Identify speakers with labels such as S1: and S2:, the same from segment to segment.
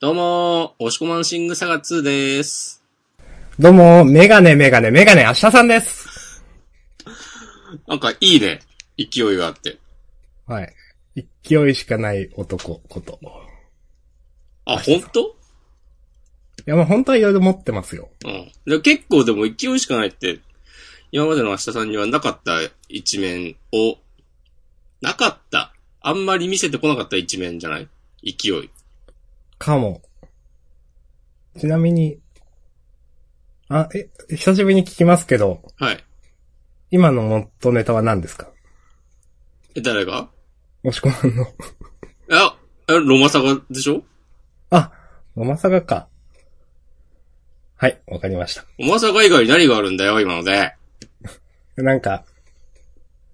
S1: どうもー、押し込まんシングサガ2でーす。
S2: どうも、メガネメガネメガネ明日さんです。
S1: なんかいいね。勢いがあって。
S2: はい。勢いしかない男こと。い
S1: あ、ほんと
S2: や、まあ本当はいろいろ持ってますよ。
S1: うん。で結構でも勢いしかないって、今までの明日さんにはなかった一面を、なかった。あんまり見せてこなかった一面じゃない勢い。
S2: かも。ちなみに、あ、え、久しぶりに聞きますけど、
S1: はい。
S2: 今の元ネタは何ですか
S1: え、誰が
S2: もしこまんの。
S1: あ、えロマサガでしょ
S2: あ、ロマサガか。はい、わかりました。
S1: ロマサガ以外に何があるんだよ、今ので。
S2: なんか、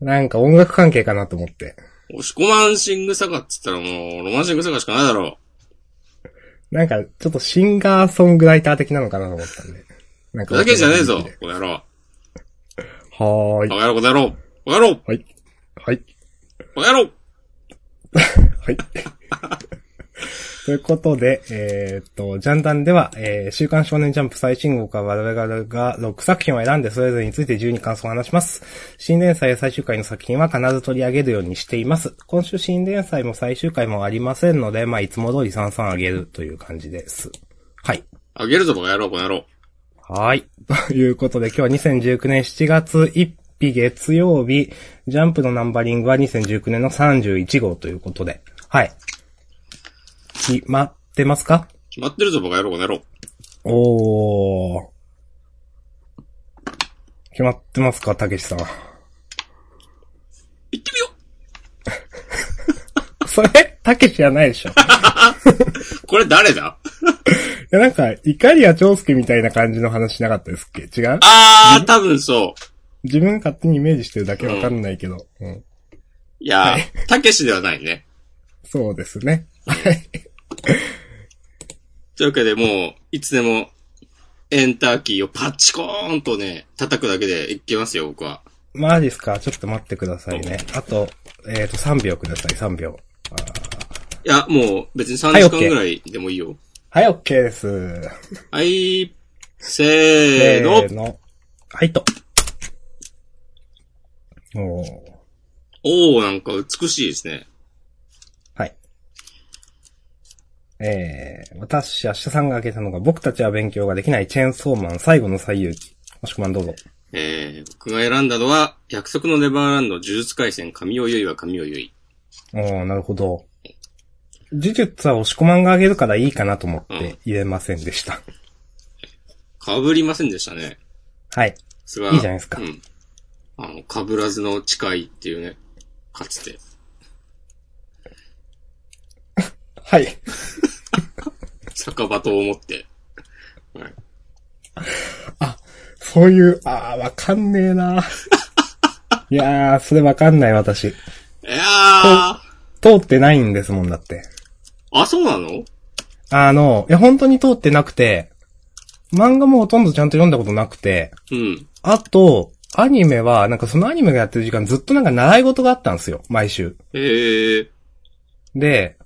S2: なんか音楽関係かなと思って。
S1: 押し込まんシングサガって言ったらもう、ロマンシングサガしかないだろう。
S2: なんか、ちょっとシンガーソングライター的なのかなと思ったんで。なん
S1: ふざけんじゃねえぞ、この野郎。
S2: はーい
S1: バ。カ野郎、この野郎。バカ野郎、
S2: はい。はい。
S1: バカ野郎。
S2: はい。ということで、えーっと、ジャンダンでは、えー、週刊少年ジャンプ最新号から我々が6作品を選んで、それぞれについて自由に感想を話します。新連載や最終回の作品は必ず取り上げるようにしています。今週新連載も最終回もありませんので、まあ、いつも通り3々あげるという感じです。はい。
S1: あげるぞ、バカ野郎、この野郎。
S2: はい。ということで、今日は2019年7月1日月曜日、ジャンプのナンバリングは2019年の31号ということで。はい。決まってますか
S1: 決まってるぞ、バカ野郎、この野郎。
S2: おー。決まってますかたけしさん。
S1: 行ってみよ
S2: それ、たけしじゃないでしょ。いう
S1: これ誰だ
S2: や、なんか、イカリア長介みたいな感じの話しなかったですっけ違う
S1: あー、多分そう。
S2: 自分が勝手にイメージしてるだけわかんないけど。うん。
S1: いやー、たけしではないね。
S2: そうですね。
S1: というわけでもう、いつでも、エンターキーをパチコーンとね、叩くだけでいけますよ、僕は。
S2: マジっすかちょっと待ってくださいね。あと、えっ、と、3秒ください、3秒。
S1: いや、もう、別に3
S2: はい
S1: 時間
S2: OK
S1: ぐらいでもいいよ。
S2: はい、OK です。
S1: はい、せーの。
S2: の。はい、と。おー。
S1: おー、なんか美しいですね。
S2: はい。えー、私、明日さんが開けたのが、僕たちは勉強ができないチェーンソーマン最後の最遊記。もしくはどうぞ。
S1: えー、僕が選んだのは、約束のネバーランド、呪術回戦、神尾結衣は神尾結衣。
S2: おー、なるほど。呪術は押し込まんがあげるからいいかなと思って入れませんでした。
S1: かぶりませんでしたね。
S2: はい。
S1: それは。
S2: いいじゃないですか
S1: うん。あの、かぶらずの誓いっていうね、かつて。
S2: はい。
S1: 酒場と思って。はい。
S2: そういう、ああ、わかんねえないやー、それわかんない私。
S1: いやーあ、
S2: 通ってないんですもんだって。
S1: そうなの
S2: あの、いや、本当に通ってなくて、漫画もほとんどちゃんと読んだことなくて、
S1: うん。
S2: あと、アニメは、なんかそのアニメがやってる時間ずっとなんか習い事があったんですよ、毎週。
S1: ええー。
S2: で、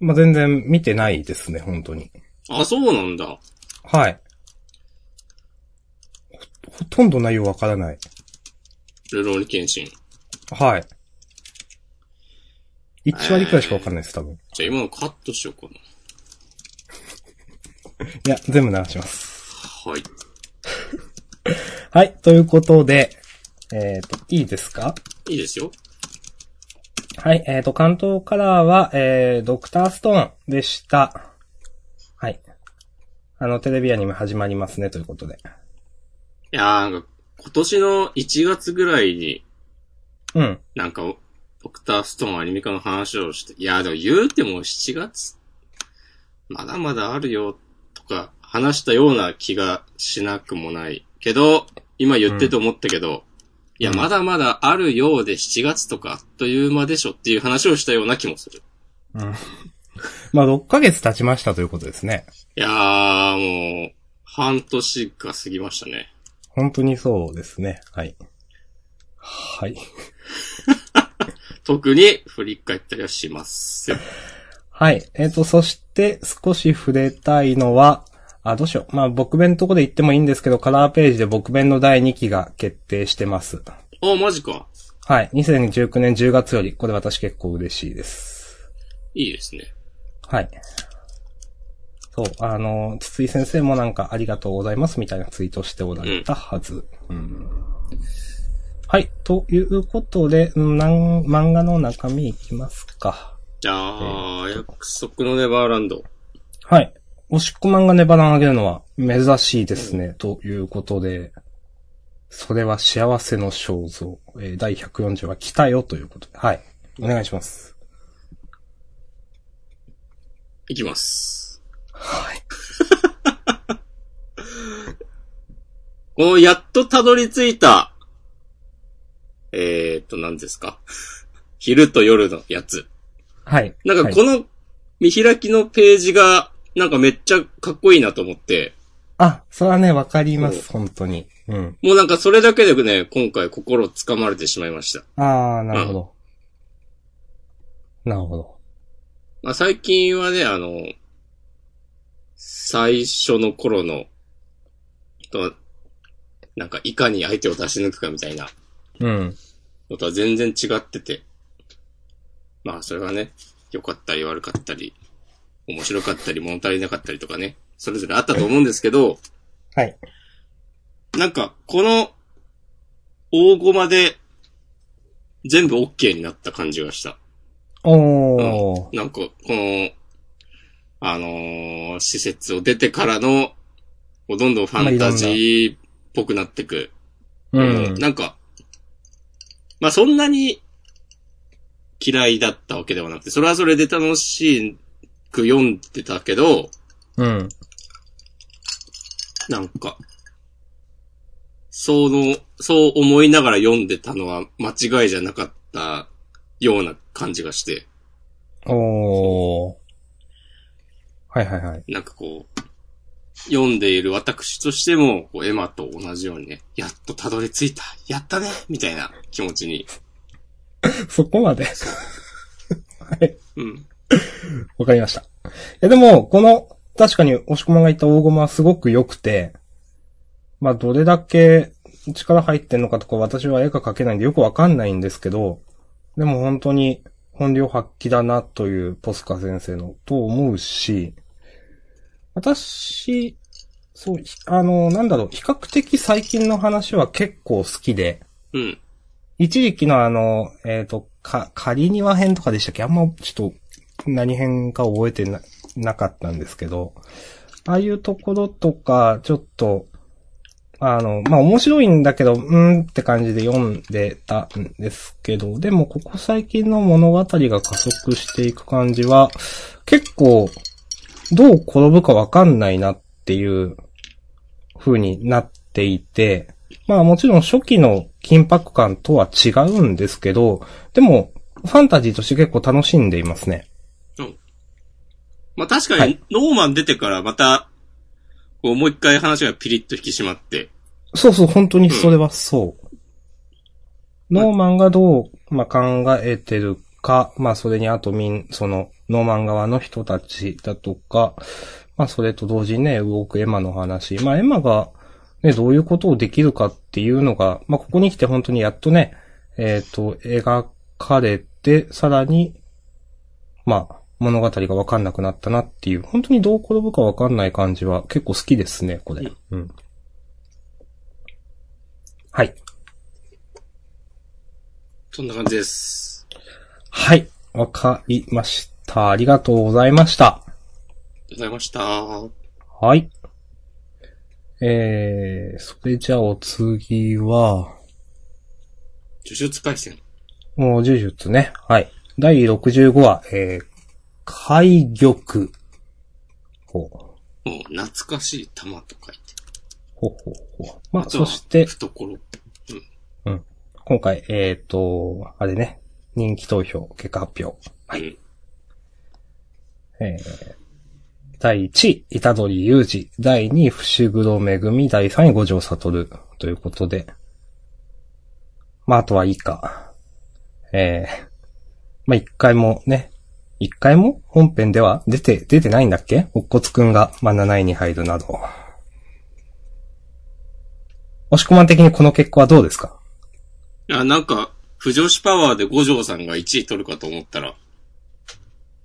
S2: まあ、全然見てないですね、本当に。
S1: あ、そうなんだ。
S2: はい。ほ、ほとんど内容わからない。
S1: ルローニケンシン。
S2: はい。1割くらいしかわかんないです、多分。
S1: じゃあ今のカットしようか
S2: いや、全部流します。
S1: な。はい。
S2: はい、ということで、えっ、と、いいですか
S1: いいですよ。
S2: はい、えっ、と、関東カラーは、えー、ドクターストーンでした。はい。あの、テレビアニメ始まりますね、ということで。
S1: いやー、なんか、今年の1月ぐらいに、
S2: うん。
S1: なんか、ドクターストーンアニメ化の話をして、いやーでも言うても7月、まだまだあるよ、とか話したような気がしなくもない。けど、今言ってて思ったけど、いや、
S2: うん
S1: まだまだあるようで7月とかあっという間でしょっていう話をしたような気もする。
S2: うん。まあ、6ヶ月経ちましたということですね。
S1: いやー、もう、半年が過ぎましたね。
S2: 本当にそうですね。はい。はい。
S1: 特に振り返ったりはします。
S2: はい。えっ、と、そしで少し触れたいのは、あ、どうしよう。まあ、僕弁のとこで言ってもいいんですけど、カラーページで僕弁の第2期が決定してます。
S1: あ、マジか。
S2: はい。2019年10月より、これ私結構嬉しいです。
S1: いいですね。
S2: はい。そう、あの、筒井先生もなんかありがとうございますみたいなツイートしておられたはず。うんはい。ということで、うんなん漫画の中身いきますか。
S1: じゃあ、約束のネバーランド。
S2: はい。おしっこ漫画ネバラン上げるのは珍しいですね。ということで、それは幸せの肖像。えー第140話来たよということで。はい。お願いします。
S1: いきます。
S2: はい。
S1: この、やっとたどり着いた、えーっと、何ですか昼と夜のやつ。
S2: はい。
S1: なんか
S2: はい
S1: この見開きのページが、なんかめっちゃかっこいいなと思って、
S2: あ、それはね、わかります。本当に。うん。
S1: もうなんかそれだけでね、今回心をつかまれてしまいました。
S2: あー、なるほど。なるほど。
S1: まあ、最近はね、あの、最初の頃の、と、なんかいかに相手を出し抜くかみたいな
S2: うん。
S1: のとは全然違ってて。まあ、それがね、良かったり悪かったり、面白かったり物足りなかったりとかね、それぞれあったと思うんですけど、
S2: はい。
S1: なんか、この、大駒で、全部 OK になった感じがした。
S2: おー。
S1: なんか、この、あのー施設を出てからの、こうどんどんファンタジーっぽくなってく。
S2: う
S1: うん
S2: ん。
S1: なんか、まあそんなに嫌いだったわけではなくて、それはそれで楽しく読んでたけど、
S2: うん。
S1: なんか、その、そう思いながら読んでたのは間違いじゃなかったような感じがして、
S2: おー。はいはいはい。
S1: なんかこう、読んでいる私としても、こうエマと同じようにね、やっとたどり着いた、やったねみたいな気持ちに。
S2: そこまで。はい。
S1: うん。
S2: わかりました。いやでも、この、確かに、押し込まんが言った大駒はすごく良くて、まあ、どれだけ力入ってんのかとか、私は絵が描けないんでよくわかんないんですけど、でも本当に本領発揮だなというポスカ先生のと思うし、私、そう、ひあの、なんだろう、比較的最近の話は結構好きで、
S1: うん。
S2: 一時期のあの、えっ、と、か、仮庭編とかでしたっけあんま、ちょっと、何編か覚えてな、なかったんですけど、ああいうところとか、ちょっと、あの、まあ、面白いんだけど、うーんって感じで読んでたんですけど、でも、ここ最近の物語が加速していく感じは、結構、どう転ぶかわかんないなっていう風になっていて、まあもちろん初期の緊迫感とは違うんですけど、でも、ファンタジーとして結構楽しんでいますね。
S1: まあ確か
S2: は
S1: に、ノーマン出てからまた、こうもう一回話がピリッと引き締まって、
S2: そうそう、本当にそれはそう。ノーマンがどう、まあ、考えてるか、まあ、それにあとみん、その、ノーマン側の人たちだとか、まあ、それと同時にね、動くエマの話。まあ、エマが、ね、どういうことをできるかっていうのが、まあ、ここに来て本当にやっとね、えっ、と、描かれて、さらに、まあ、物語がわかんなくなったなっていう、本当にどう転ぶかわかんない感じは結構好きですね、これ。うん。はい。
S1: そんな感じです。あ
S2: はい。わかりました。ありがとうございました。
S1: りがとうございました。
S2: はい。えー、それじゃあお次は、
S1: 呪術回戦。
S2: もう呪術ね。はい。第65話、えー、海玉。ほう。
S1: もう懐かしい玉と書いて。
S2: ほうほうほう。まあ、そして、
S1: 懐。
S2: 今回、えっ、と、あれね、人気投票、結果発表。
S1: はい。
S2: えー第1位、板取裕二。第2位、伏黒めぐみ。第3位、五条悟。ということで。まあ、あとはいいか。えーまあ一回もね、一回も本編では出て、出てないんだっけおっこつくんが、まあ、7位に入るなど。押し込まん的にこの結果はどうですか
S1: いや、なんか、不女子パワーで五条さんが1位取るかと思ったら、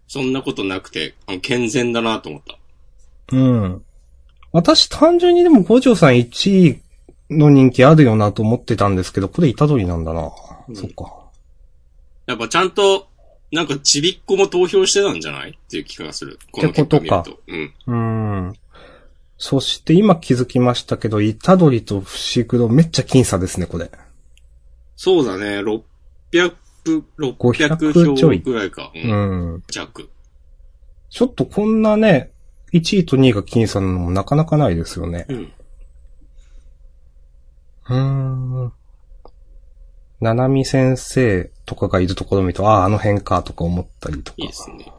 S1: そんなことなくて、あの健全だなと思った。
S2: うん。私単純にでも五条さん1位の人気あるよなと思ってたんですけど、これ虎杖なんだな。
S1: うん
S2: そっか。
S1: やっぱちゃんと、なんかちびっこも投票してたんじゃないっていう気がする。この結果見る
S2: っ
S1: と
S2: て。
S1: うん。
S2: うん。そして今気づきましたけど、虎杖と伏黒めっちゃ僅差ですね、これ。
S1: そうだね、600、
S2: 500
S1: 600
S2: ちょい
S1: 票ぐらいか。う。
S2: うんん。
S1: 弱。
S2: ちょっとこんなね、1位と2位が僅差なのもなかなかないですよね。
S1: うん。
S2: うーん。ななみ先生とかがいるところ見ると、ああ、あの辺かとか思ったりとか。
S1: いいですね。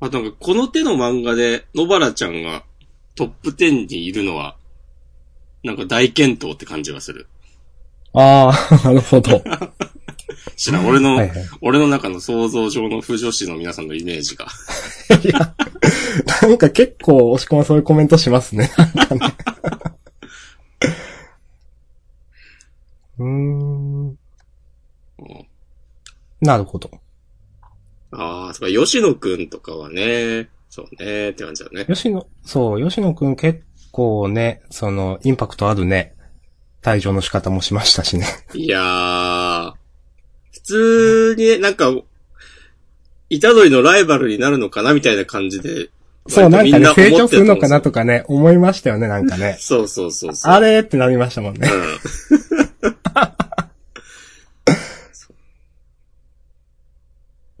S1: あとなんか、この手の漫画で、野原ちゃんがトップ10にいるのは、なんか大健闘って感じがする。
S2: あ あ、な るほど。
S1: 知らん、俺の、
S2: はいはい。
S1: 俺の中の想像上の不女子の皆さんのイメージが。
S2: いや、 なんか結構押し込まそういうコメントします ね。なんかねうーん。
S1: うん
S2: なるほど。
S1: ああ、そうか、吉野くんとかはね、そうね、って感じだね。
S2: 吉野、そう、吉野くん結構ね、その、インパクトあるね、退場の仕方もしましたしね。
S1: いやー、普通にね、なんか、イタドリのライバルになるのかなみたいな感じで。
S2: そう、なんか
S1: 割
S2: ね、
S1: とみ
S2: 成
S1: 思
S2: 長
S1: って
S2: するのかなとかね、思いましたよね、なんか ね。
S1: そうそうそうそう。
S2: あれってなりましたもん ね。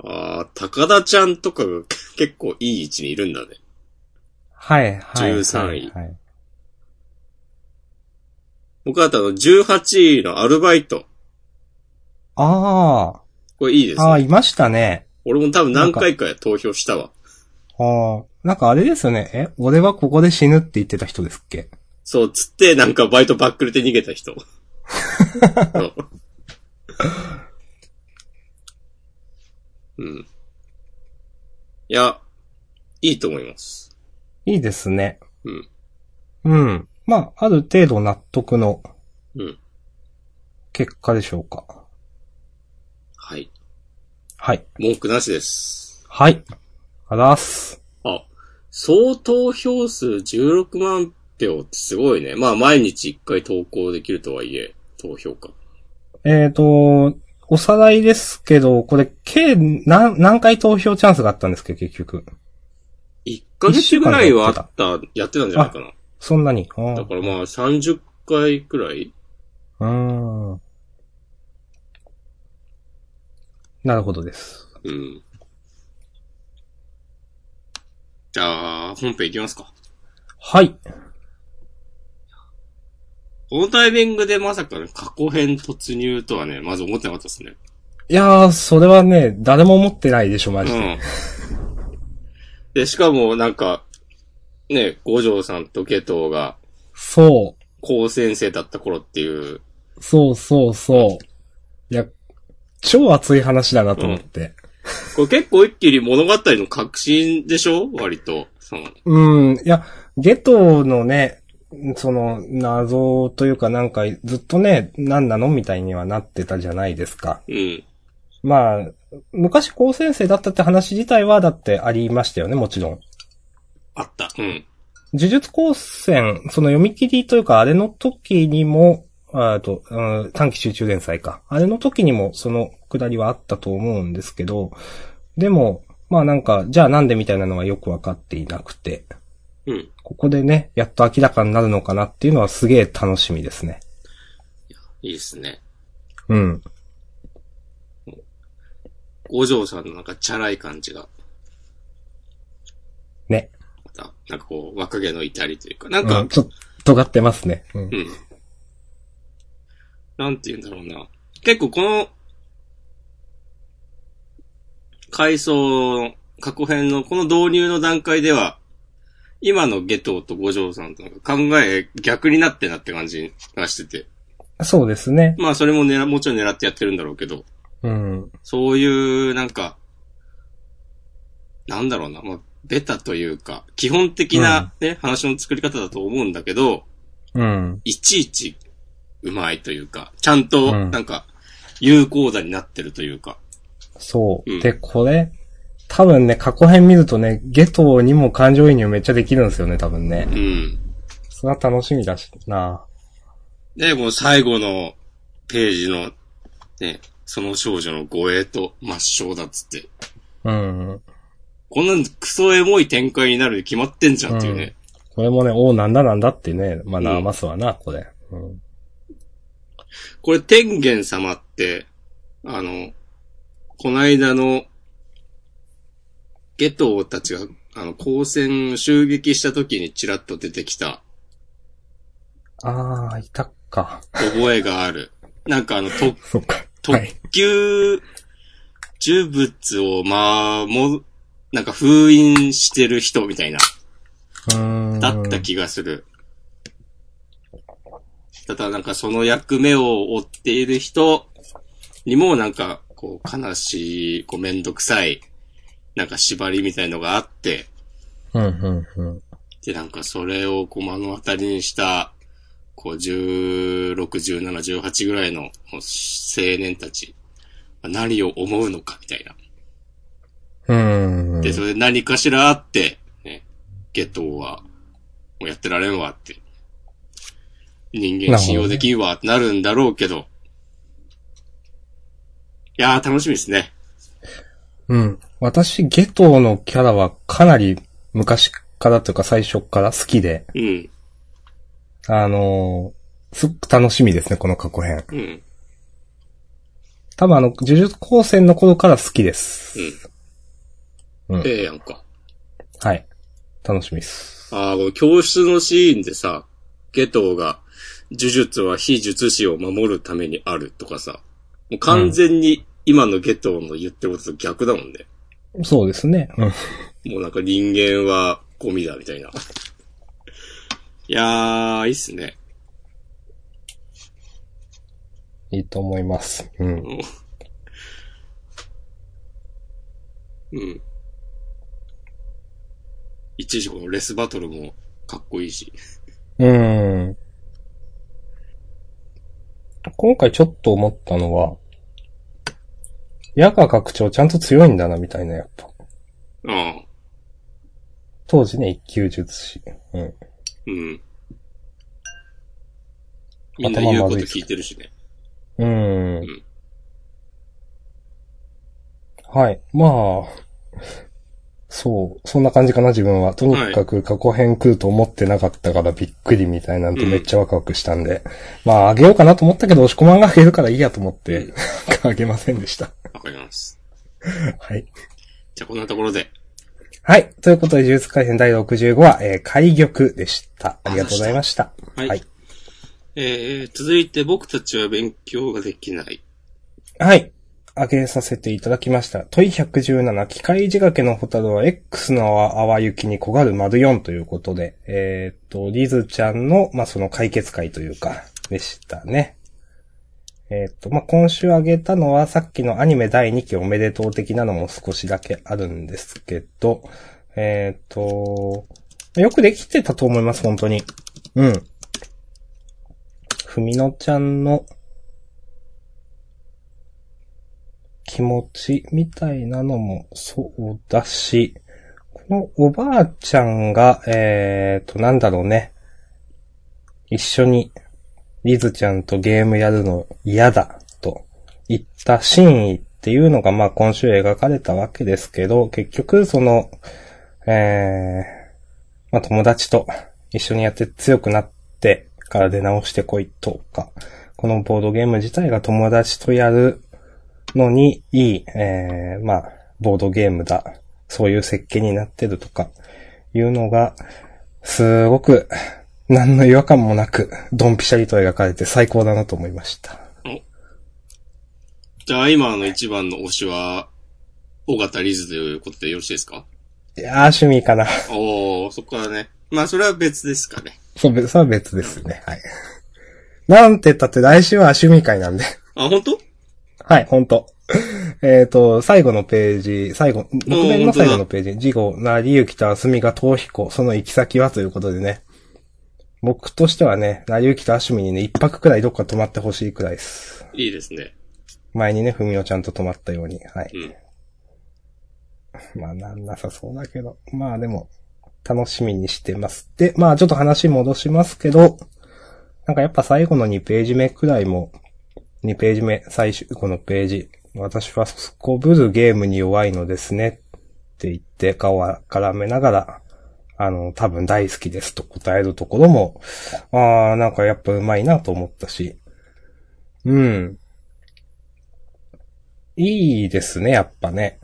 S1: うん。ああ、高田ちゃんとかが結構いい位置にいるんだね。
S2: はい、はい。
S1: 13位
S2: はいはい
S1: 僕はあとあの18位のアルバイト。
S2: あ
S1: これいいです
S2: あ、ああ、
S1: ね。
S2: いましたね。
S1: 俺も多分何回か投票したわ。
S2: ああ、なんかあれですよね。え、俺はここで死ぬって言ってた人ですっけ
S1: そう、つってなんかバイトバックルで逃げた人。そううん。いや、いいと思います。
S2: いいですね。
S1: うん。
S2: うん。まあ、ある程度納得の
S1: うん。
S2: 結果でしょうか。
S1: はい。
S2: はい。
S1: 文句なしです。
S2: はい。あらっす。
S1: あ、総投票数16万票ってすごいね。まあ毎日1回投稿できるとはいえ、投票か。
S2: えっ、と、おさらいですけど、これ、計何、何回投票チャンスがあったんですっけど、結局。
S1: 1ヶ月ぐらいはあった、やってたんじゃないかな。
S2: そんなに。あー
S1: だからまあ30回くらいう
S2: ーん。なるほどです。
S1: うん。じゃあ、本編いきますか。
S2: はい。
S1: このタイミングでまさかね、過去編突入とはね、まず思ってなかったですね。
S2: いやー、それはね、誰も思ってないでしょ、マジで。
S1: うん。で、しかもなんか、ね、五条さんと下等が、
S2: そう。
S1: 高先生だった頃っていう、
S2: そうそうそう。いや、超熱い話だなと思って。
S1: これ結構一気に物語の革新でしょ割と。その
S2: うん、いや、ゲトのね、その、謎というかなんか、ずっとね、何なのみたいにはなってたじゃないですか。
S1: うん。
S2: まあ、昔高先生だったって話自体はだってありましたよね、もちろん。
S1: あった。うん。
S2: 呪術高専、その読み切りというか、あれの時にも、ああと、うん、短期集中連載か。あれの時にもそのくだりはあったと思うんですけど、でも、まあなんか、じゃあなんでみたいなのはよくわかっていなくて、
S1: うん。い
S2: ここでね、やっと明らかになるのかなっていうのはすげえ楽しみですね。
S1: いですね。
S2: うん。
S1: 五条さんのなんかチャラい感じが。
S2: ね。
S1: また、なんかこう、若気の至りというか、なんか、
S2: うん、ちょっと尖ってますね。うん
S1: う。ん。なんて言うんだろうな。結構この、回想、過去編のこの導入の段階では、今の下等と五条さんとなんか考え逆になってなって感じがしてて。
S2: そうですね。
S1: まあそれもねら、もちろん狙ってやってるんだろうけど、
S2: うん。
S1: そういうなんか、なんだろうな、まあ、ベタというか、基本的なね、話の作り方だと思うんだけど、
S2: うん。
S1: いちいちうまいというか、ちゃんと、
S2: うん
S1: なんか、有効座になってるというか。
S2: そう。
S1: うん
S2: で、これ、多分ね、過去編見るとね、ゲトにも感情移入めっちゃできるんですよね、多分ね
S1: う。ん。
S2: それは楽しみだしな。
S1: で、この最後のページの、ね、その少女の護衛と抹消だっつって、
S2: うん。
S1: こんなクソエモい展開になるに決まってんじゃんっていうね。
S2: これもね、おうなんだなんだってね、まあ、なますわな、これ。うん。
S1: これ天元様って、あの、こないだの、ゲトウたちが、あの、光線襲撃した時にチラッと出てきた
S2: あー、いたっか。
S1: 覚えがある。 なんかあの、特
S2: そっか。
S1: 特級呪物を、まあ、もう、なんか封印してる人みたいな、
S2: うん。
S1: だった気がする。ただなんかその役目を追っている人にもなんか、こう、悲しい、こう、めんどくさい、なんか縛りみたいのがあって、
S2: うん、うん、うん。
S1: で、なんかそれをこう目の当たりにした、こう16、17、18ぐらいのもう青年たち、まあ何を思うのかみたいな。
S2: うん。
S1: で、それで何かしらあって、ね、ゲトウは、もうやってられんわって。人間信用できんわってなるんだろうけど。いやー楽しみですね。
S2: うん。私、ゲトのキャラはかなり昔からというか最初から好きで、
S1: うん、
S2: あのーすごく楽しみですね、この過去編。
S1: うん、
S2: 多分あの、呪術高専の頃から好きです。
S1: うん。
S2: うん
S1: ええやんか。
S2: はい。楽しみです。
S1: ああ、この教室のシーンでさ、ゲトウが、呪術は非術師を守るためにあるとかさ、もう完全に今のゲトウの言ってることと逆だもんね。
S2: そうですね。うん。
S1: もうなんか人間はゴミだみたいな。いやー、いいっすね。
S2: いいと思います。うん。
S1: うん。一時このレスバトルもかっこいいし。
S2: うん。今回ちょっと思ったのは、ヤガ学長ちゃんと強いんだな、みたいな、やっぱ。
S1: ああ、
S2: 当時ね、一級術師。うん。
S1: うん。みんな言うこと聞いてるしね。
S2: うん
S1: ん。
S2: はい。まあ、そう、そんな感じかな、自分は。とにかく過去編来ると思ってなかったからびっくりみたいなんで
S1: うん
S2: めっちゃワクワクしたんで。まあ、あげようかなと思ったけど、押し込まんがあげるからいいやと思って、
S1: う
S2: あげませんでした。
S1: わかります。
S2: はい。
S1: じゃあこんなところで。
S2: はい。ということで、呪術回戦第65話、えー、海玉でした。ありがとうございました。
S1: はい。
S2: はい
S1: えー、続いて僕たちは勉強ができない。
S2: はい。あげさせていただきました。問い117、機械仕掛けのホタルは X の淡雪に焦がる丸4ということで、えーっと、リズちゃんの、まあ、その解決会というか、でしたね。えーっと、まあ、今週あげたのはさっきのアニメ第2期おめでとう的なのも少しだけあるんですけど、えーっと、よくできてたと思います、本当に。うん。ふみのちゃんの、気持ちみたいなのもそうだし、このおばあちゃんが、えーと、なんだろうね。一緒に、リズちゃんとゲームやるの嫌だ、と言った真意っていうのが、まあ今週描かれたわけですけど、結局、その、えー、まあ友達と一緒にやって強くなってから出直してこいとか、このボードゲーム自体が友達とやるのにいい、えー、まあ、ボードゲームだ、そういう設計になってるとか、いうのが、すごく、何の違和感もなく、ドンピシャリと描かれて最高だなと思いました。
S1: じゃあ今の一番の推しは、尾形リズということでよろしいですか
S2: いやー、趣味かな。
S1: おー、そこからね。まあそれは別ですかね。
S2: そう、別、それは別ですね。はい。なんて言ったって来週は趣味会なんで。
S1: あ、本当？
S2: はい、ほんと。えっ、と、最後のページ、最後、
S1: おー
S2: 目面の最後
S1: 本当
S2: の
S1: だ
S2: ページ、事後、成幸と明美が逃避行、その行き先はということでね。僕としてはね、成幸と明美にね、一泊くらいどっか泊まってほしいくらいです。
S1: いいですね。
S2: 前にね、ふみおちゃんと泊まったように。はい。
S1: うん。
S2: まあ、なんなさそうだけど。まあでも、楽しみにしてます。で、まあちょっと話戻しますけど、なんかやっぱ最後の2ページ目くらいも、2ページ目、最終、このページ。私はすこぶるゲームに弱いのですね。って言って、顔を絡めながら、あの、多分大好きですと答えるところも、ああ、なんかやっぱうまいなと思ったし。うん。いいですね、やっぱね。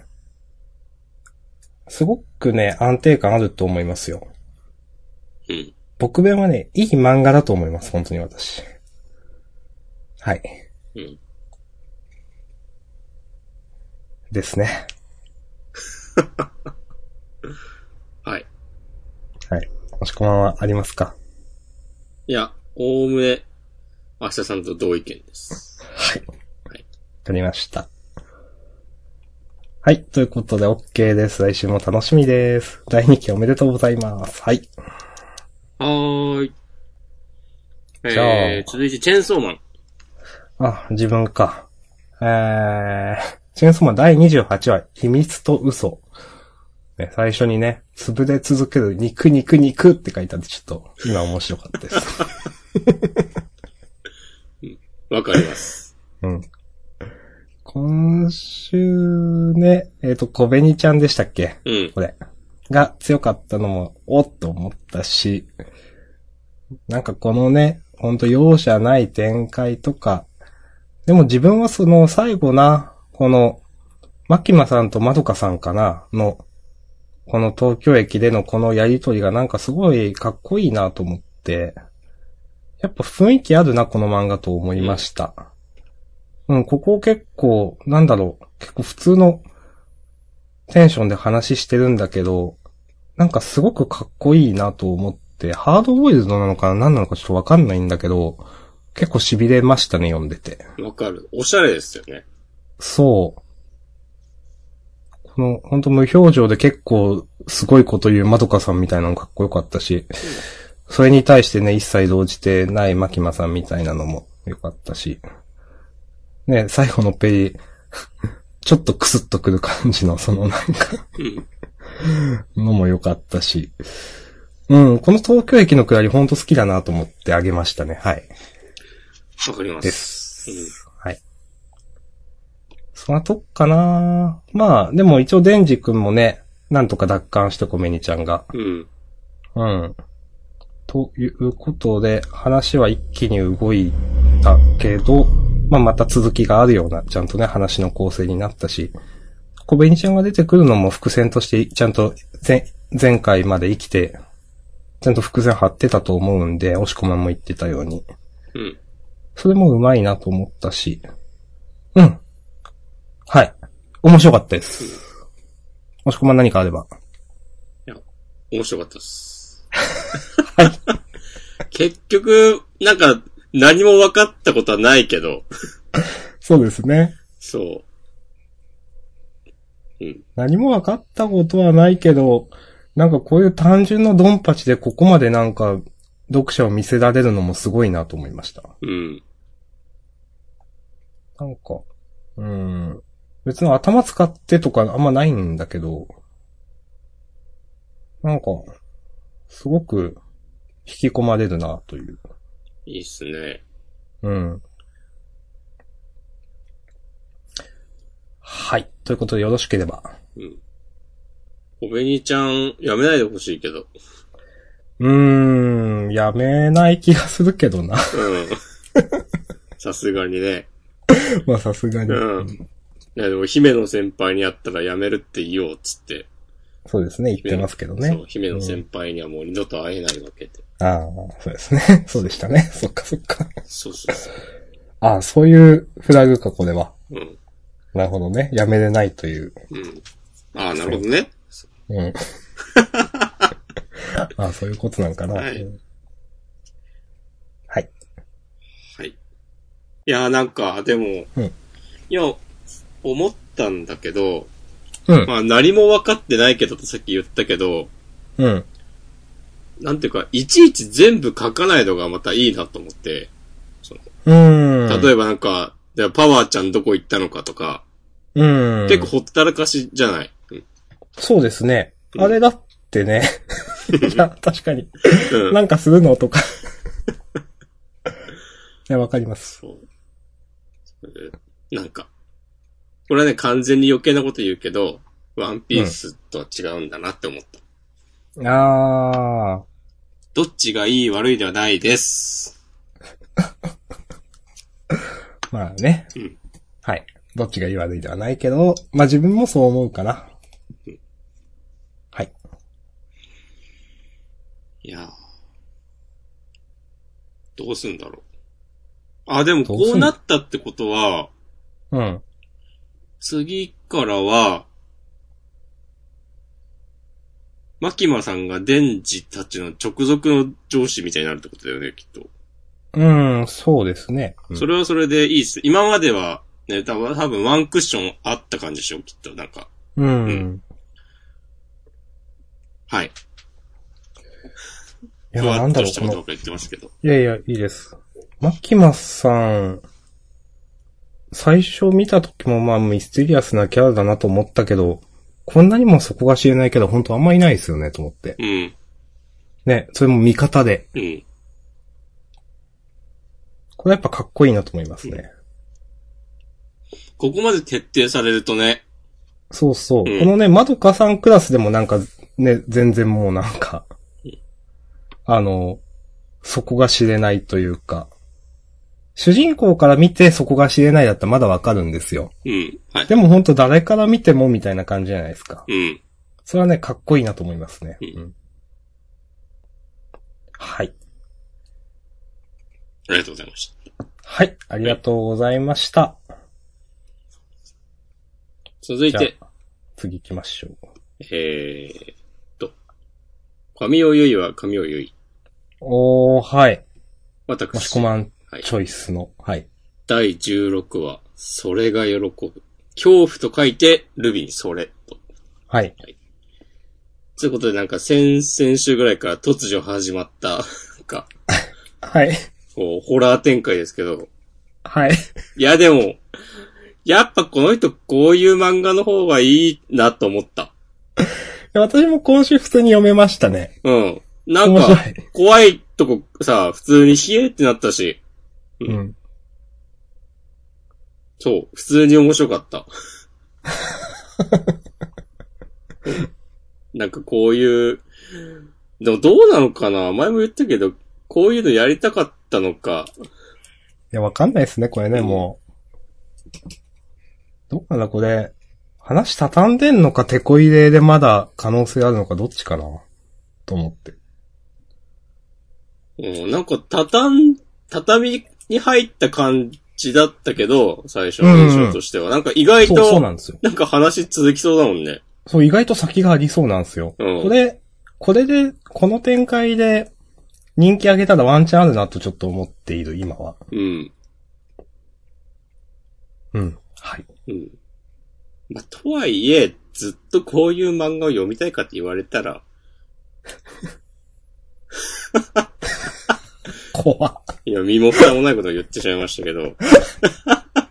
S2: すごくね、安定感あると思いますよ。
S1: うん。
S2: 僕弁はね、いい漫画だと思います、本当に私。はい。
S1: うん。
S2: ですね。
S1: はい。
S2: はい。もしこまんはありますか
S1: いや、おおむね、明日さんと同意見です。
S2: はい。
S1: はい
S2: わかりました。はい。ということで、OK です。来週も楽しみです。第2期おめでとうございます。はい。
S1: はーい。
S2: じゃあ
S1: えー、続いて、チェーンソーマン。
S2: あ、自分か。えー、チェーンソーマン第28話、秘密と嘘。ね、最初にね、潰れ続ける肉肉肉って書いてあって、ちょっと、今面白かったです。
S1: わかり ます。
S2: うん。今週ね、えっ、と、小紅ちゃんでしたっけ
S1: うん。
S2: これ。が強かったのも、おっと思ったし、なんかこのね、ほんと容赦ない展開とか、でも自分はその最後な、この、マキマさんとまどかさんかな、の、この東京駅でのこのやりとりがなんかすごいかっこいいなと思って、やっぱ雰囲気あるな、この漫画と思いました。うん、ここ結構、なんだろう、結構普通のテンションで話してるんだけど、なんかすごくかっこいいなと思って、ハードボイルドなのかな何なのかちょっとわかんないんだけど、結構痺れましたね、読んでて。
S1: わかる。おしゃれですよね。
S2: そう。この、本当無表情で結構すごいこと言うまどかさんみたいなのかっこよかったし、それに対してね、一切動じてないまきまさんみたいなのもよかったし、ね、最後のページ、 ちょっとクスッとくる感じの、そのなんか、
S1: うん。
S2: のも良かったし。うん、この東京駅のくだりほんと好きだなと思ってあげましたね。はい。
S1: わかります。
S2: です。はい。そんなとこかなまあ、でも一応デンジ君もね、なんとか奪還してコメニちゃんが。
S1: うん。うん。
S2: うん。ということで、話は一気に動いたけど、まあ、また続きがあるような、ちゃんとね、話の構成になったし、小紅ちゃんが出てくるのも伏線として、ちゃんと前、前回まで生きて、ちゃんと伏線張ってたと思うんで、押し込まんも言ってたように。
S1: うん。
S2: それもうまいなと思ったし。うん。はい。面白かったです。押し込まん何かあれば。
S1: 面白かった です。結局、なんか、何も分かったことはないけど、
S2: そうですね。
S1: そう。うん。
S2: 何も分かったことはないけど、なんかこういう単純なドンパチでここまでなんか読者を見せられるのもすごいなと思いました。
S1: うん。
S2: なんか、うん。別に頭使ってとかあんまないんだけど、なんか、すごく引き込まれるなという。
S1: いいっすね。
S2: うん。はい。ということでよろしければ。
S1: うん。おべにちゃん、やめないでほしいけど。
S2: うーん、やめない気がするけどな。
S1: うん。 さすがにね。
S2: まあさすがに。
S1: うん。いやでも、姫野先輩に会ったらやめるって言おうっつって。
S2: そうですね、言ってますけど
S1: そう
S2: ね、。
S1: 姫野先輩にはもう二度と会えないわけで。
S2: ああ、そうですね。 そうでしたね。そっかそっか。
S1: そうそうそ
S2: ああ、そういうフラグか、これは。
S1: う。うん。
S2: なるほどね。やめれないという。
S1: うん。ああ、なるほどね。
S2: うん。 ああ、そういうことなんかな。
S1: はい
S2: はい。
S1: はい。いやーなんか、でも、
S2: うん
S1: いや、思っったんだけど、
S2: うん。
S1: まあ何も分かってないけどとさっき言ったけど、
S2: うん。
S1: なんていうか、いちいち全部書かないのがまたいいなと思って、
S2: うん。
S1: 例
S2: え
S1: えばなんか、でパワーちゃんどこ行ったのかとか、
S2: ば、うん。
S1: 結構ほったらかしじゃない。うん。
S2: そうですね。
S1: うん
S2: あれだっ てね。いや、確かに。
S1: うん
S2: なんかするのとか。 いや、わかります。
S1: そう。えなんか、これはね、完全に余計なこと言うけど、ワンピースとは違うんだなって思った。
S2: あ
S1: どっちがいい悪いではないです。
S2: ー。まあね。
S1: うん
S2: はい。どっちがいい悪いではないけど、まあ自分もそう思うかな。はい。
S1: いやーどうすんだろう。あ、でも
S2: どうすん
S1: こうなったってことは、
S2: うん。
S1: 次からは、牧間さんがデンジたちの直属の上司みたいになるってことだよね、きっと。
S2: うん、そうですね。うん
S1: それはそれでいいっす。今までは、ね、多分多分ワンクッションあった感じでしょ、きっと。なんか。
S2: うん。
S1: うんはい。
S2: いや、
S1: ふわっ
S2: なんだ
S1: と
S2: ろ
S1: し
S2: う、
S1: た
S2: こ
S1: ことば
S2: の
S1: っ、かり言ってますけど。
S2: いやいや、いいです。マキマさん、最初見た時もまあミステリアスなキャラだなと思ったけど、こんなにもそこが知れないけど、本当あんまいないですよね、と思って。
S1: うん。
S2: ね、それも味方で。
S1: うん。
S2: これやっぱかっこいいなと思いますね。
S1: ここまで徹底されるとね、
S2: そうそう。
S1: うん
S2: このね、まどかさんクラスでもなんか、ね、全然もうなんか
S1: うん、
S2: あの、そこが知れないというか、主人公から見てそこが知れないだったらまだわかるんですよ。
S1: うん。はい。
S2: でもほんと誰から見てもみたいな感じじゃないですか。
S1: うん。
S2: それはね、かっこいいなと思いますね。
S1: うん
S2: うんはい。
S1: ありがとうございました。
S2: はい。ありがとうございました。
S1: 続い
S2: じゃ
S1: て、
S2: 次行きましょう。
S1: えーっと、神尾ゆいは神尾ゆい。
S2: おー、はい。
S1: 私、
S2: もしこまん
S1: はい
S2: チョイスの。はい。
S1: 第16話、それが喜ぶ。恐怖と書いて、ルビにそれ。と。
S2: はい。
S1: ということで、なんか先々週ぐらいから突如始まった、 なんか、
S2: はい。
S1: こう、ホラー展開ですけど、
S2: はい。
S1: いやでも、やっぱこの人こういう漫画の方がいいなと思った。
S2: 私も今週普通に読めましたね。
S1: うん。なん
S2: 面白
S1: か、
S2: い。
S1: 怖いとこさ、普通に冷えってなったし、
S2: う。
S1: うんそう、普通に面白か った。なんかこういう、でもどうなのかな前も言ったけど、こういうのやりたかったのか。
S2: いや、わかんないですね、これね、
S1: うん
S2: もう。どうかな、これ。話畳んでんのか、テこ入れでまだ可能性あるのか、どっちかなと思って。
S1: うん、なんか畳ん、畳に入った感じだったけど、最初の印象としては。なんか意外
S2: そ
S1: と、
S2: う、そうなんですよ。
S1: なんか話続きそうだもんね。
S2: そう、意外と先がありそうなんですよ。
S1: うん
S2: これ、これで、この展開で、人気上げたらワンチャンあるなとちょっと思っている、今は。
S1: うん。
S2: うん。はい。
S1: うん。まあ、とはいえ、ずっとこういう漫画を読みたいかって言われたら、
S2: 怖っ
S1: いや、身も蓋もないことを言ってしまいましたけど。い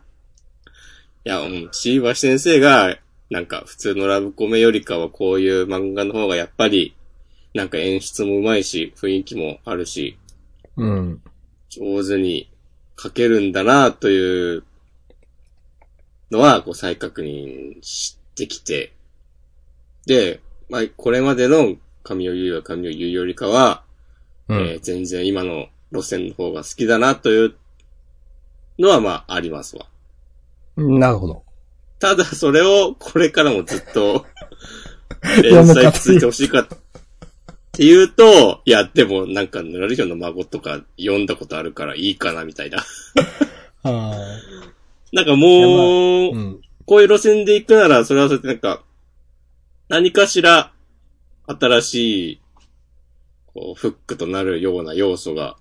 S1: や、うん、椎橋先生が、なんか普通のラブコメよりかはこういう漫画の方がやっぱり、なんか演出も上手いし、雰囲気もあるし、
S2: うん。
S1: 上手に書けるんだなというのは、こう再確認してきて、で、まあ、これまでの神を言うは神を言うよりかは、
S2: う
S1: え
S2: ん。
S1: ー全然今の路線の方が好きだなというのはまあありますわ。
S2: なるほど。
S1: ただそれをこれからもずっと
S2: い や
S1: 連
S2: もう
S1: 載続いてほしいかっていうと、いやでもなんかヌラリヒョンの孫とか読んだことあるからいいかなみたいな。
S2: あ
S1: なんか
S2: あ。
S1: も
S2: う
S1: う、
S2: ん。
S1: こういう路線で行くならそれはそれでなんか、何かしら新しい、こう、フックとなるような要素が、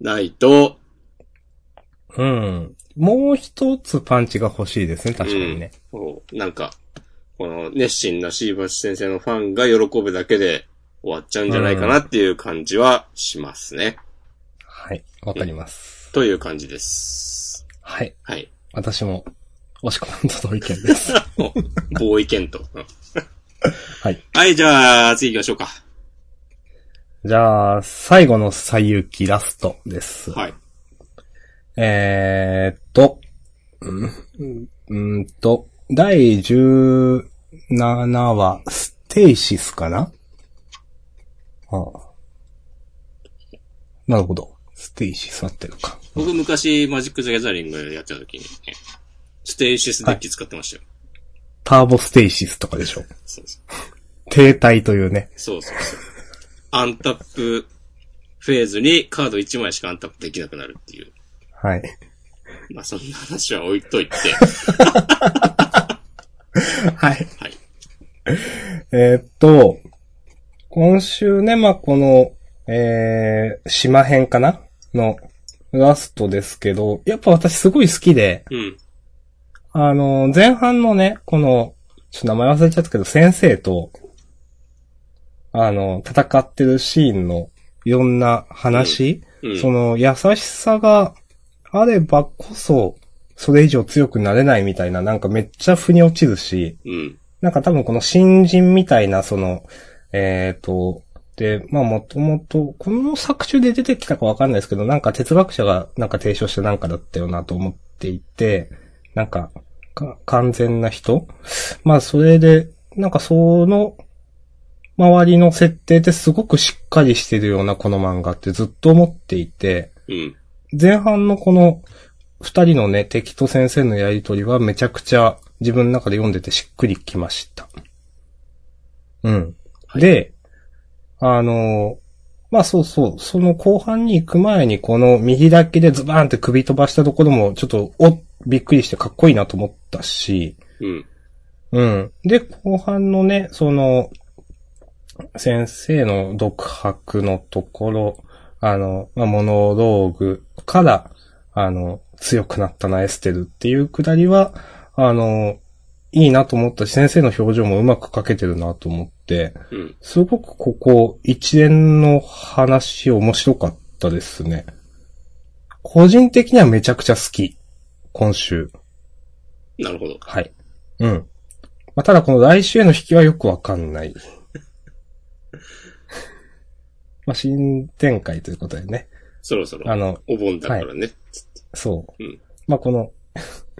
S1: ないと、
S2: うん。もう一つパンチが欲しいですね、確かにね。
S1: そうなんか、この熱心な椎橋先生のファンが喜ぶだけで終わっちゃうんじゃないかなっていう感じはしますね。
S2: はい。わかります。
S1: という感じです。
S2: はい。
S1: はい。
S2: 私も、押し込んとの意見です。
S1: 合意見と。うん
S2: はい。
S1: はい、じゃあ、次行きましょうか。
S2: じゃあ、最後の最有機ラストです。
S1: はい。
S2: えーっと、うん、うんうんと、第17話、ステイシスかなああなるほど。ステイシス合ってるか。
S1: 僕昔、マジック・ザ・ギャザリングやってた時に、ね、ステーシスデッキ使ってましたよ。
S2: ターボステイシスとかでしょ。
S1: そうそう
S2: 停滞というね。
S1: そうそうそう。アンタップフェーズにカード1枚しかアンタップできなくなるっていう。
S2: はい。
S1: まあそんな話は置いといて。
S2: はい。
S1: はい。
S2: えーっと、今週ね、まあ、この、えー、島編かなの、ラストですけど、やっぱ私すごい好きで、
S1: うん。
S2: あの、前半のね、この、ちょっと名前忘れちゃったけど、先生と、あの、戦ってるシーンの、いろんな話、
S1: うん。
S2: その、優しさがあればこそ、それ以上強くなれないみたいな、なんかめっちゃ腑に落ちるし、
S1: うん。
S2: なんか多分この新人みたいな、その、えっ、と、で、まあもともと、この作中で出てきたかわかんないですけど、なんか哲学者がなんか提唱したなんかだったよなと思っていて、なんか、か完全な人まあそれで、なんかその、周りの設定ってすごくしっかりしてるようなこの漫画ってずっと思っていて、
S1: うん。
S2: 前半のこの二人のね、敵と先生のやりとりはめちゃくちゃ自分の中で読んでてしっくりきました。うん。で、あの、まあそうそう、その後半に行く前にこの右だけでズバーンって首飛ばしたところもちょっとおびっくりしてかっこいいなと思ったし、
S1: うん。
S2: うん。で、後半のね、その、先生の独白のところ、あの、まあ、モノローグから、あの、強くなったな、エステルっていうくだりは、あの、いいなと思ったし、先生の表情もうまく描けてるなと思って、
S1: うん。
S2: すごくここ、一連の話面白かったですね。個人的にはめちゃくちゃ好き。今週。
S1: なるほど。
S2: はい。うん。まあ、ただこの来週への引きはよくわかん ない。まあ、新展開ということでね。
S1: そろそろ
S2: あ、の、
S1: お盆だからね。
S2: そう。
S1: うん
S2: まあ、この、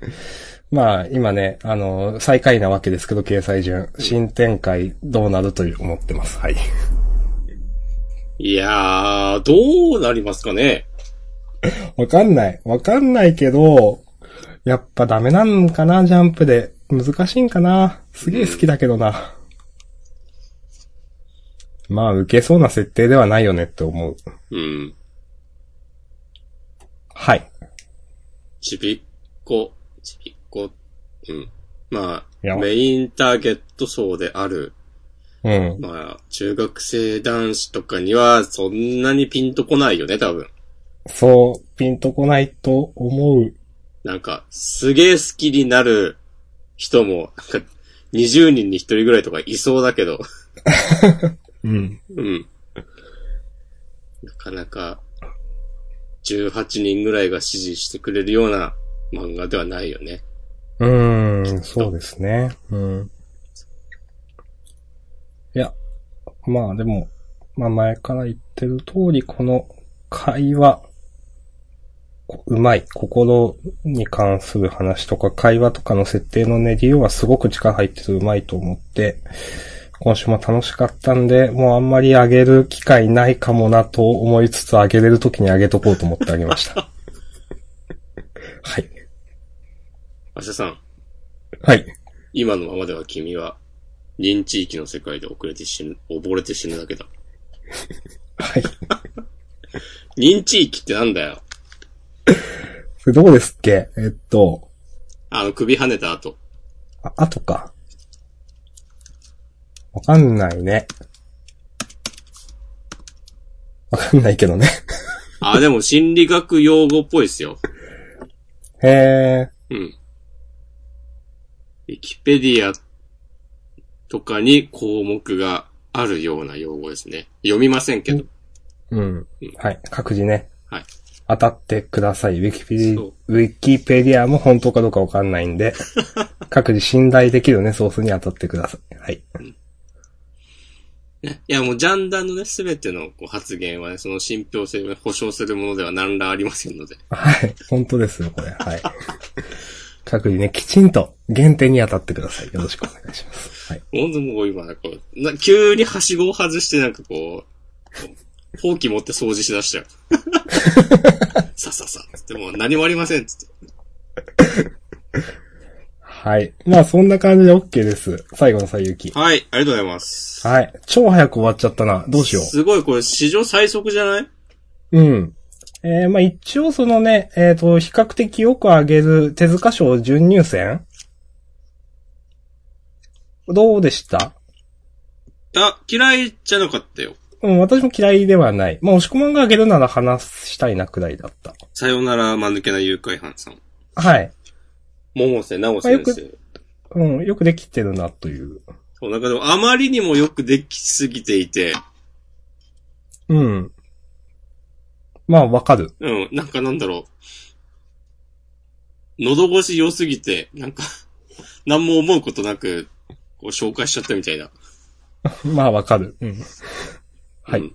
S2: まあ、今ね、あの、最下位なわけですけど、掲載順。新展開どうなるという思ってます。はい。
S1: い、やー、どうなりますかね。
S2: わかんない。わかんないけど、やっぱダメなんかな、ジャンプで。難しいんかな。すげえ好きだけどな。まあ、受けそうな設定ではないよねって思う。
S1: うん。
S2: はい。
S1: ちびっこ、ちびっこ、うん。ま
S2: いや
S1: あ、メインターゲット層である、
S2: うん。
S1: まあ、中学生男子とかには、そんなにピンとこないよね、多分。
S2: そう、ピンとこないと思う。
S1: なんか、すげえ好きになる人も、なんか、20人に1人ぐらいとかいそうだけど、
S2: うん。
S1: うん。なかなか、18人ぐらいが支持してくれるような漫画ではないよね。
S2: うーん、そうですね。うん。いや、まあでも、まあ前から言ってる通り、この会話、こうまい。心に関する話とか、会話とかの設定の練りようはすごく力入っててうまいと思って、今週も楽しかったんで、もうあんまりあげる機会ないかもなと思いつつ、あげれる時にあげとこうと思ってあげま した。はい。
S1: 明日さん、
S2: はい。
S1: 今のままでは君は、認知域の世界で遅れて死ぬ、溺れて死ぬだけだ。
S2: はい。
S1: 認知域ってなんだよ
S2: これどこですっけえっと、
S1: あの、首跳ねた後。
S2: あ、あとか。わかんないね。わかんないけどね。
S1: あ、でも心理学用語っぽいですよ。
S2: へえ。
S1: うん。ウィキペディアとかに項目があるような用語ですね。読みませんけど。
S2: うん。はい。各自ね。
S1: はい。
S2: 当たってください。ウィキペデ
S1: そう
S2: ィ、ウィキペディアも本当かどうかわかんない んで、各自信頼できるね、ソースに当たってください。はい。
S1: ねいや、もうジャンダンのね、すべてのこう発言はね、その信憑性を保証するものでは何らありませんので。
S2: はい。本当ですよ、これ。 はい。各自ね、きちんと原点に当たってください。よろしくお願いします。はい。
S1: ほんともう今なんかこう、な急にはしごを外してなんかこう、こうほうき持って掃除しだしちゃう。さささ。つってもう何もありません。つって。
S2: はい。まあ、そんな感じで OK です。最後の最き
S1: はい、ありがとうございます。
S2: はい。超早く終わっちゃったな。どうしよう。
S1: すごい、これ史上最速じゃない
S2: うん。えー、まあ一応そのね、えっ、と、比較的よく上げる手塚賞準入選どうでした
S1: あ、嫌いじゃなかったよ。
S2: うん、私も嫌いではない。まあ、押し込まんが上げるなら話したいなくらいだった。
S1: さよなら、間抜けな誘拐犯さん。
S2: はい。
S1: 桃瀬直先
S2: まあ
S1: 生。
S2: うん、よくできてるなという。
S1: そう、なんかでもあまりにもよくできすぎていて、
S2: うん。まあ、わかる。
S1: うん、なんかなんだろう。喉越し良すぎて、なんか、 何も思うことなく、こう紹介しちゃったみたいな。
S2: まあ、わかる。うん。はい
S1: うん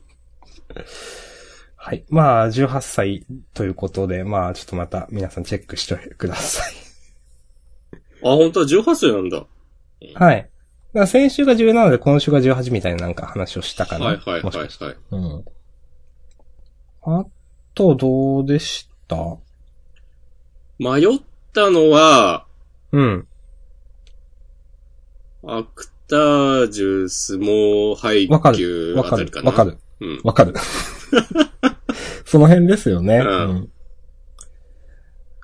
S2: はい。まあ、18歳ということで、まあ、ちょっとまた皆さんチェックしておいてください。
S1: あ、本当は18歳なんだ。
S2: はい。だから先週が17で今週が18みたいななんか話をしたかな。
S1: はいはい
S2: もし
S1: は
S2: かし
S1: いはい。
S2: たらうん。あと、どうでした
S1: 迷ったのは、
S2: うん。
S1: アクタージュスモー配
S2: わか
S1: 給
S2: わ
S1: あ
S2: か
S1: たり
S2: る
S1: か。な。
S2: わかる。
S1: うん。
S2: わかる。 その辺ですよね。
S1: うん
S2: うん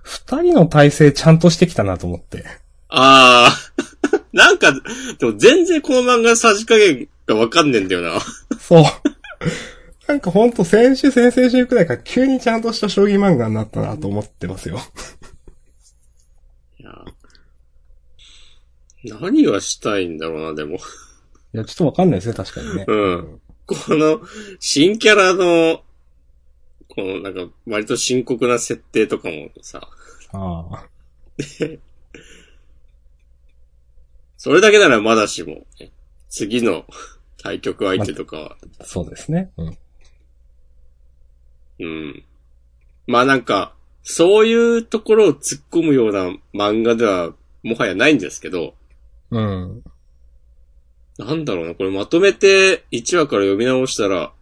S2: 二人の体制ちゃんとしてきたなと思って。
S1: あー。 なんか、でも全然この漫画のさじ加減がわかんねえんだよな。
S2: そう。 なんかほんと先週、先々週くらいから急にちゃんとした将棋漫画になったなと思ってますよ。
S1: いや何がしたいんだろうな、でも。
S2: いや、ちょっとわかんないですね、確かにね。
S1: うん。この、新キャラの、このなんか、割と深刻な設定とかもさ、
S2: ああ。
S1: それだけならまだしも、次の対局相手とかは、
S2: そうですね。うん。
S1: うん。まあなんか、そういうところを突っ込むような漫画では、もはやないんですけど、
S2: うん。
S1: なんだろうな、これまとめて1話から読み直したら、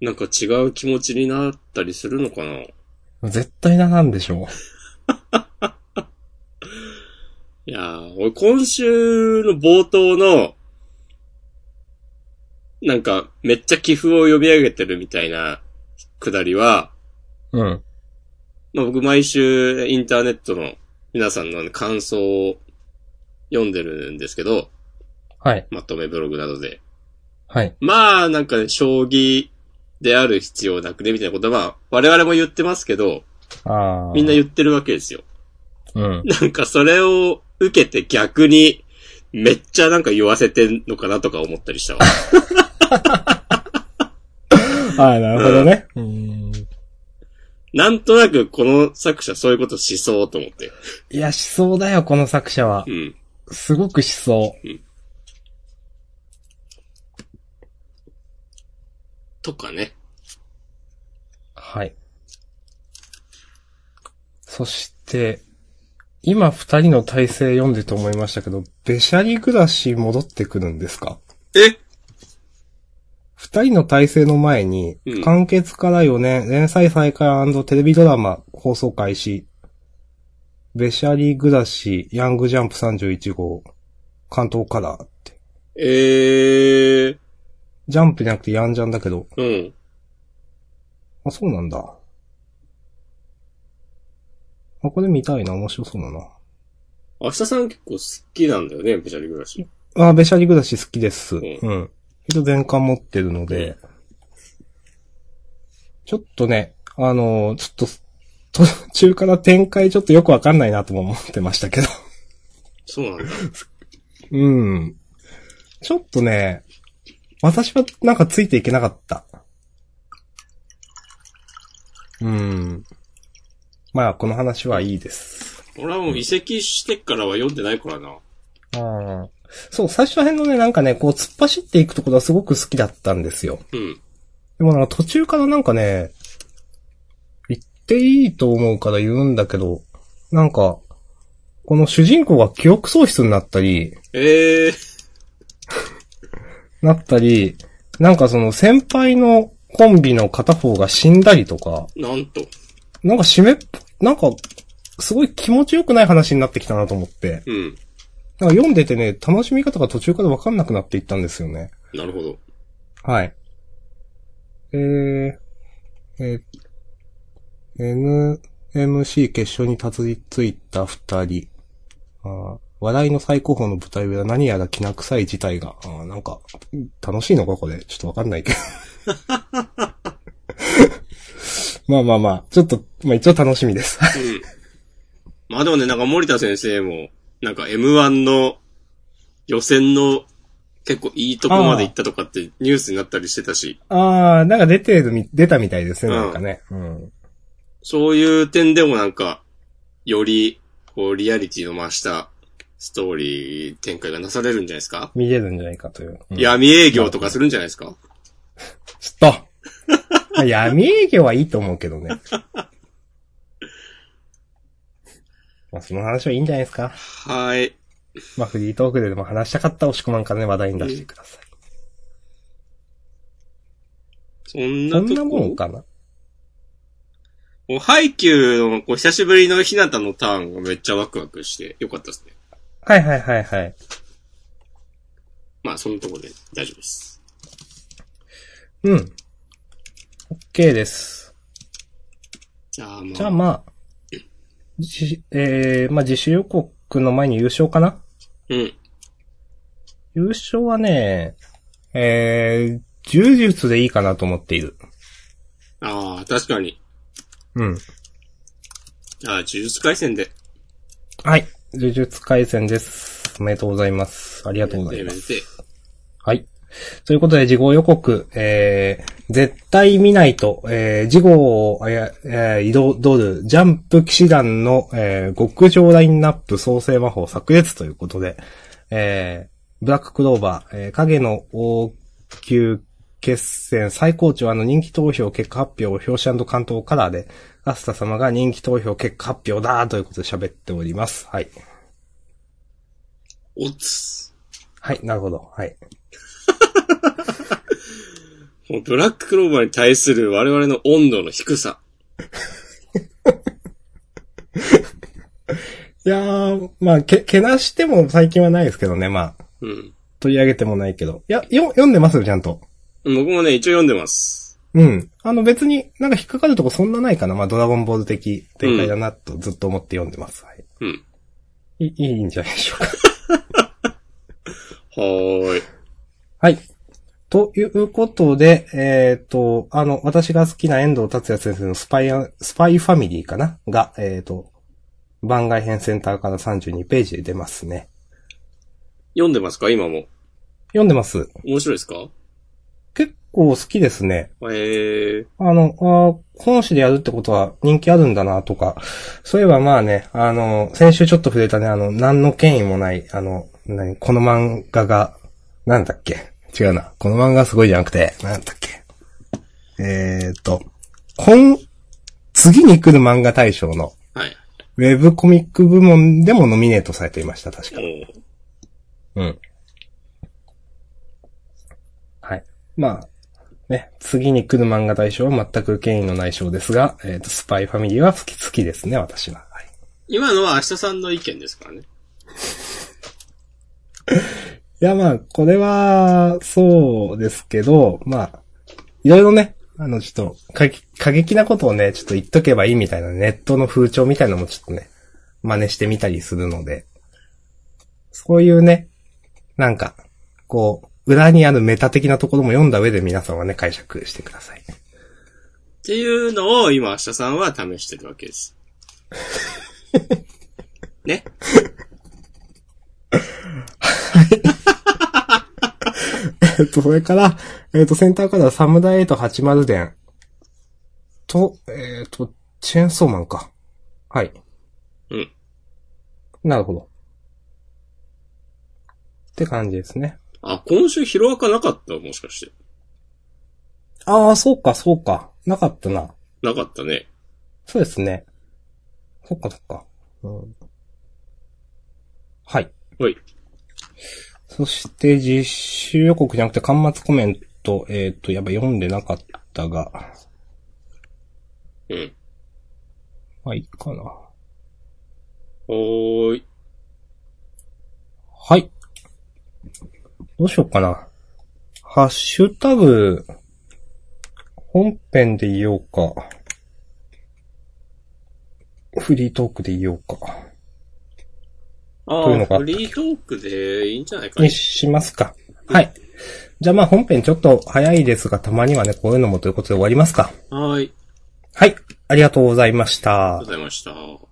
S1: なんか違う気持ちになったりするのかな
S2: 絶対ななんでしょ
S1: いやー、俺今週の冒頭の、なんか、めっちゃ寄付を呼び上げてるみたいなくだりは、
S2: う。うん。
S1: まあ僕毎週インターネットの皆さんの感想を読んでるんですけど、
S2: はい。
S1: まとめブログなどで。
S2: はい。
S1: まあ、なんかね、将棋である必要なくね、みたいなことは、まあ、我々も言ってますけど、
S2: ああ。
S1: みんな言ってるわけですよ。
S2: うん。
S1: なんかそれを受けて逆に、めっちゃなんか言わせてんのかなとか思ったりした わ。
S2: ああ、なるほどね。うん。
S1: なんとなくこの作者そういうことしそうと思って。
S2: いや、しそうだよ、この作者は
S1: う。ん。
S2: すごくしそう
S1: とかね。
S2: はい。そして、今二人の体制読んでと思いましたけど、べしゃり暮らし戻ってくるんですか
S1: え
S2: 二人の体制の前に、
S1: うん
S2: 完結から4年、連載再開テレビドラマ放送開始、べしゃり暮らし、ヤングジャンプ31号、関東カラーって。
S1: えー、
S2: ジャンプじゃなくてヤンジャンだけど、
S1: うん。
S2: あ、そうなんだ。あ、これ見たいな、面白そうだな
S1: 明日さん結構好きなんだよね、ペシャリ暮らし。。
S2: あ、べしゃり暮らし好きです。
S1: ん
S2: うん。一応全巻持ってるので、ちょっとね、あのーちょっと、途中から展開ちょっとよくわかんないなとも思ってましたけど。
S1: そうなんだ。
S2: うん。ちょっとね、私はなんかついていけなかった。うん。まあ、この話はいいです。
S1: 俺はもう移籍してからは読んでないからな。
S2: あそう、最初ら辺のね、なんかね、こう突っ走っていくところはすごく好きだったんですよ。
S1: うん。
S2: でもなんか途中からなんかね、言っていいと思うから言うんだけど、なんか、この主人公が記憶喪失になったり、
S1: ええ
S2: なったり、なんかその先輩のコンビの片方が死んだりとか、
S1: なんと。
S2: なんか締めっぽ、なんか、すごい気持ちよくない話になってきたなと思って。
S1: うん。
S2: なんか読んでてね、楽しみ方が途中からわかんなくなっていったんですよね。
S1: なるほど。
S2: はい。えー、えー、NMC 決勝にたどり着いた二人。あー笑いの最高峰の舞台裏、何やらきな臭い事態が。あーなんか、楽しいのかこれ。ちょっとわかんないけど。 まあまあまあ、ちょっと、まあ一応楽しみです。
S1: うん。まあでもね、なんか森田先生も、なんか M1 の予選の結構いいとこまで行ったとかってニュースになったりしてたし、
S2: ああ、なんか出てるみ、出たみたいですね、なんかね。うん。
S1: そういう点でもなんか、より、こう、リアリティの増したストーリー展開がなされるんじゃないですか、
S2: 見れるんじゃないかという。うん、
S1: 闇営業とかするんじゃないですか
S2: ちょっと。まあ闇営業はいいと思うけどね。 まあ、その話はいいんじゃないですか。
S1: はい。
S2: まあ、フリートークででも話したかった押し込まんからね、話題に出してください。
S1: そん
S2: そ
S1: なんと
S2: なも
S1: こ
S2: ん。かな。
S1: もうハイキューの、こう、久しぶりのひなたのターンがめっちゃワクワクして、よかったですね。
S2: はいはいはいはい。
S1: まあ、そのとこで大丈夫です。
S2: うん。OK です。
S1: じゃあ、まあ。
S2: じゃあまあ、じえー、まあ、自主予告の前に優勝かな
S1: うん。
S2: 優勝はね、えー、柔術でいいかなと思っている。
S1: ああ、確かに。
S2: うん。
S1: ああ、呪術回戦で。
S2: はい。呪術回戦です。おめでとうございます。ありがとうござい
S1: え
S2: ま
S1: め
S2: す。
S1: でて
S2: はい。ということで、事後予告、えー、絶対見ないと、えー、事後を、えー、彩る、ジャンプ騎士団の、えー、極上ラインナップ創生魔法炸裂ということで、えー、ブラッククローバー、えー、影の王宮決戦最高潮あの人気投票結果発表を表紙関東カラーで、アスタ様が人気投票結果発表だということで喋っております。はい。
S1: おつ。
S2: はい、なるほど。はい。
S1: もうブラッククローバーに対する我々の温度の低さ。
S2: いやー、まあ、け、けなしても最近はないですけどね、まあ。
S1: うん。
S2: 取り上げてもないけど。いや、よ、読んでますよ、ちゃんと。
S1: 僕もね、一応読んでます。
S2: うん。あの別になんか引っかかるとこそんなないかな。まあ、ドラゴンボール的展開だなとずっと思って読んでます。はい。
S1: うん。
S2: いい、いいんじゃないでし ょうか。
S1: はーい。
S2: はい。ということで、えっ、と、あの、私が好きな遠藤達也先生のスパイ、スパイファミリーかなが、えっ、と、番外編センターから32ページで出ますね。
S1: 読んでますか今も。
S2: 読んでます。
S1: 面白いですか
S2: 結構好きですね。
S1: ええー。
S2: あの、あー本誌でやるってことは人気あるんだなとか、そういえばまあね、あの、先週ちょっと触れたね、あの、何の権威もない、あの、何、この漫画が、なんだっけ違うな。この漫画すごいじゃなくて、なんだっけえーっと、今、次に来る漫画大賞の、
S1: はい。
S2: ウェブコミック部門でもノミネートされていました、確か。
S1: おう
S2: うん。はい。まあ、ね、次に来る漫画大賞は全く権威のない賞ですが、えっ、と、スパイファミリーは好き、好きですね、私は。はい。
S1: 今のは明日さんの意見ですからね。
S2: いや、まあ、これは、そうですけど、まあ、いろいろね、あの、ちょっと、過激過激なことをね、ちょっと言っとけばいいみたいなネットの風潮みたいなのもちょっとね、真似してみたりするので、そういうね、なんか、こう、裏にあるメタ的なところも読んだ上で皆さんはね、解釈してください。
S1: っていうのを今、明日さんは試してるわけです。ね。
S2: えっと、それから、えっと、センターからサムダイエイト80伝と、えっと、チェーンソーマンか。はい。
S1: うん。
S2: なるほど。って感じですね。
S1: あ、今週ヒロアカなかったもしかして。
S2: ああ、そうか、そうか。なかったな。
S1: なかったね。
S2: そうですね。そっか、そっか。うんはい。
S1: はい。
S2: そして、実習予告じゃなくて、端末コメント、えっ、と、やっぱ読んでなかったが、
S1: うん。
S2: まあ、いいかな。
S1: おーい。
S2: はい。どうしようかな。ハッシュタグ、本編で言おうか。フリートークで言おうか。
S1: あ
S2: というの
S1: あ、
S2: が
S1: フリートークでいいんじゃないか
S2: に
S1: ね。
S2: しますか。はい。じゃあまあ本編ちょっと早いですが、たまにはね、こういうのもということで終わりますか。
S1: はい。あり
S2: はい。ありがとうございました
S1: がとう。ございました。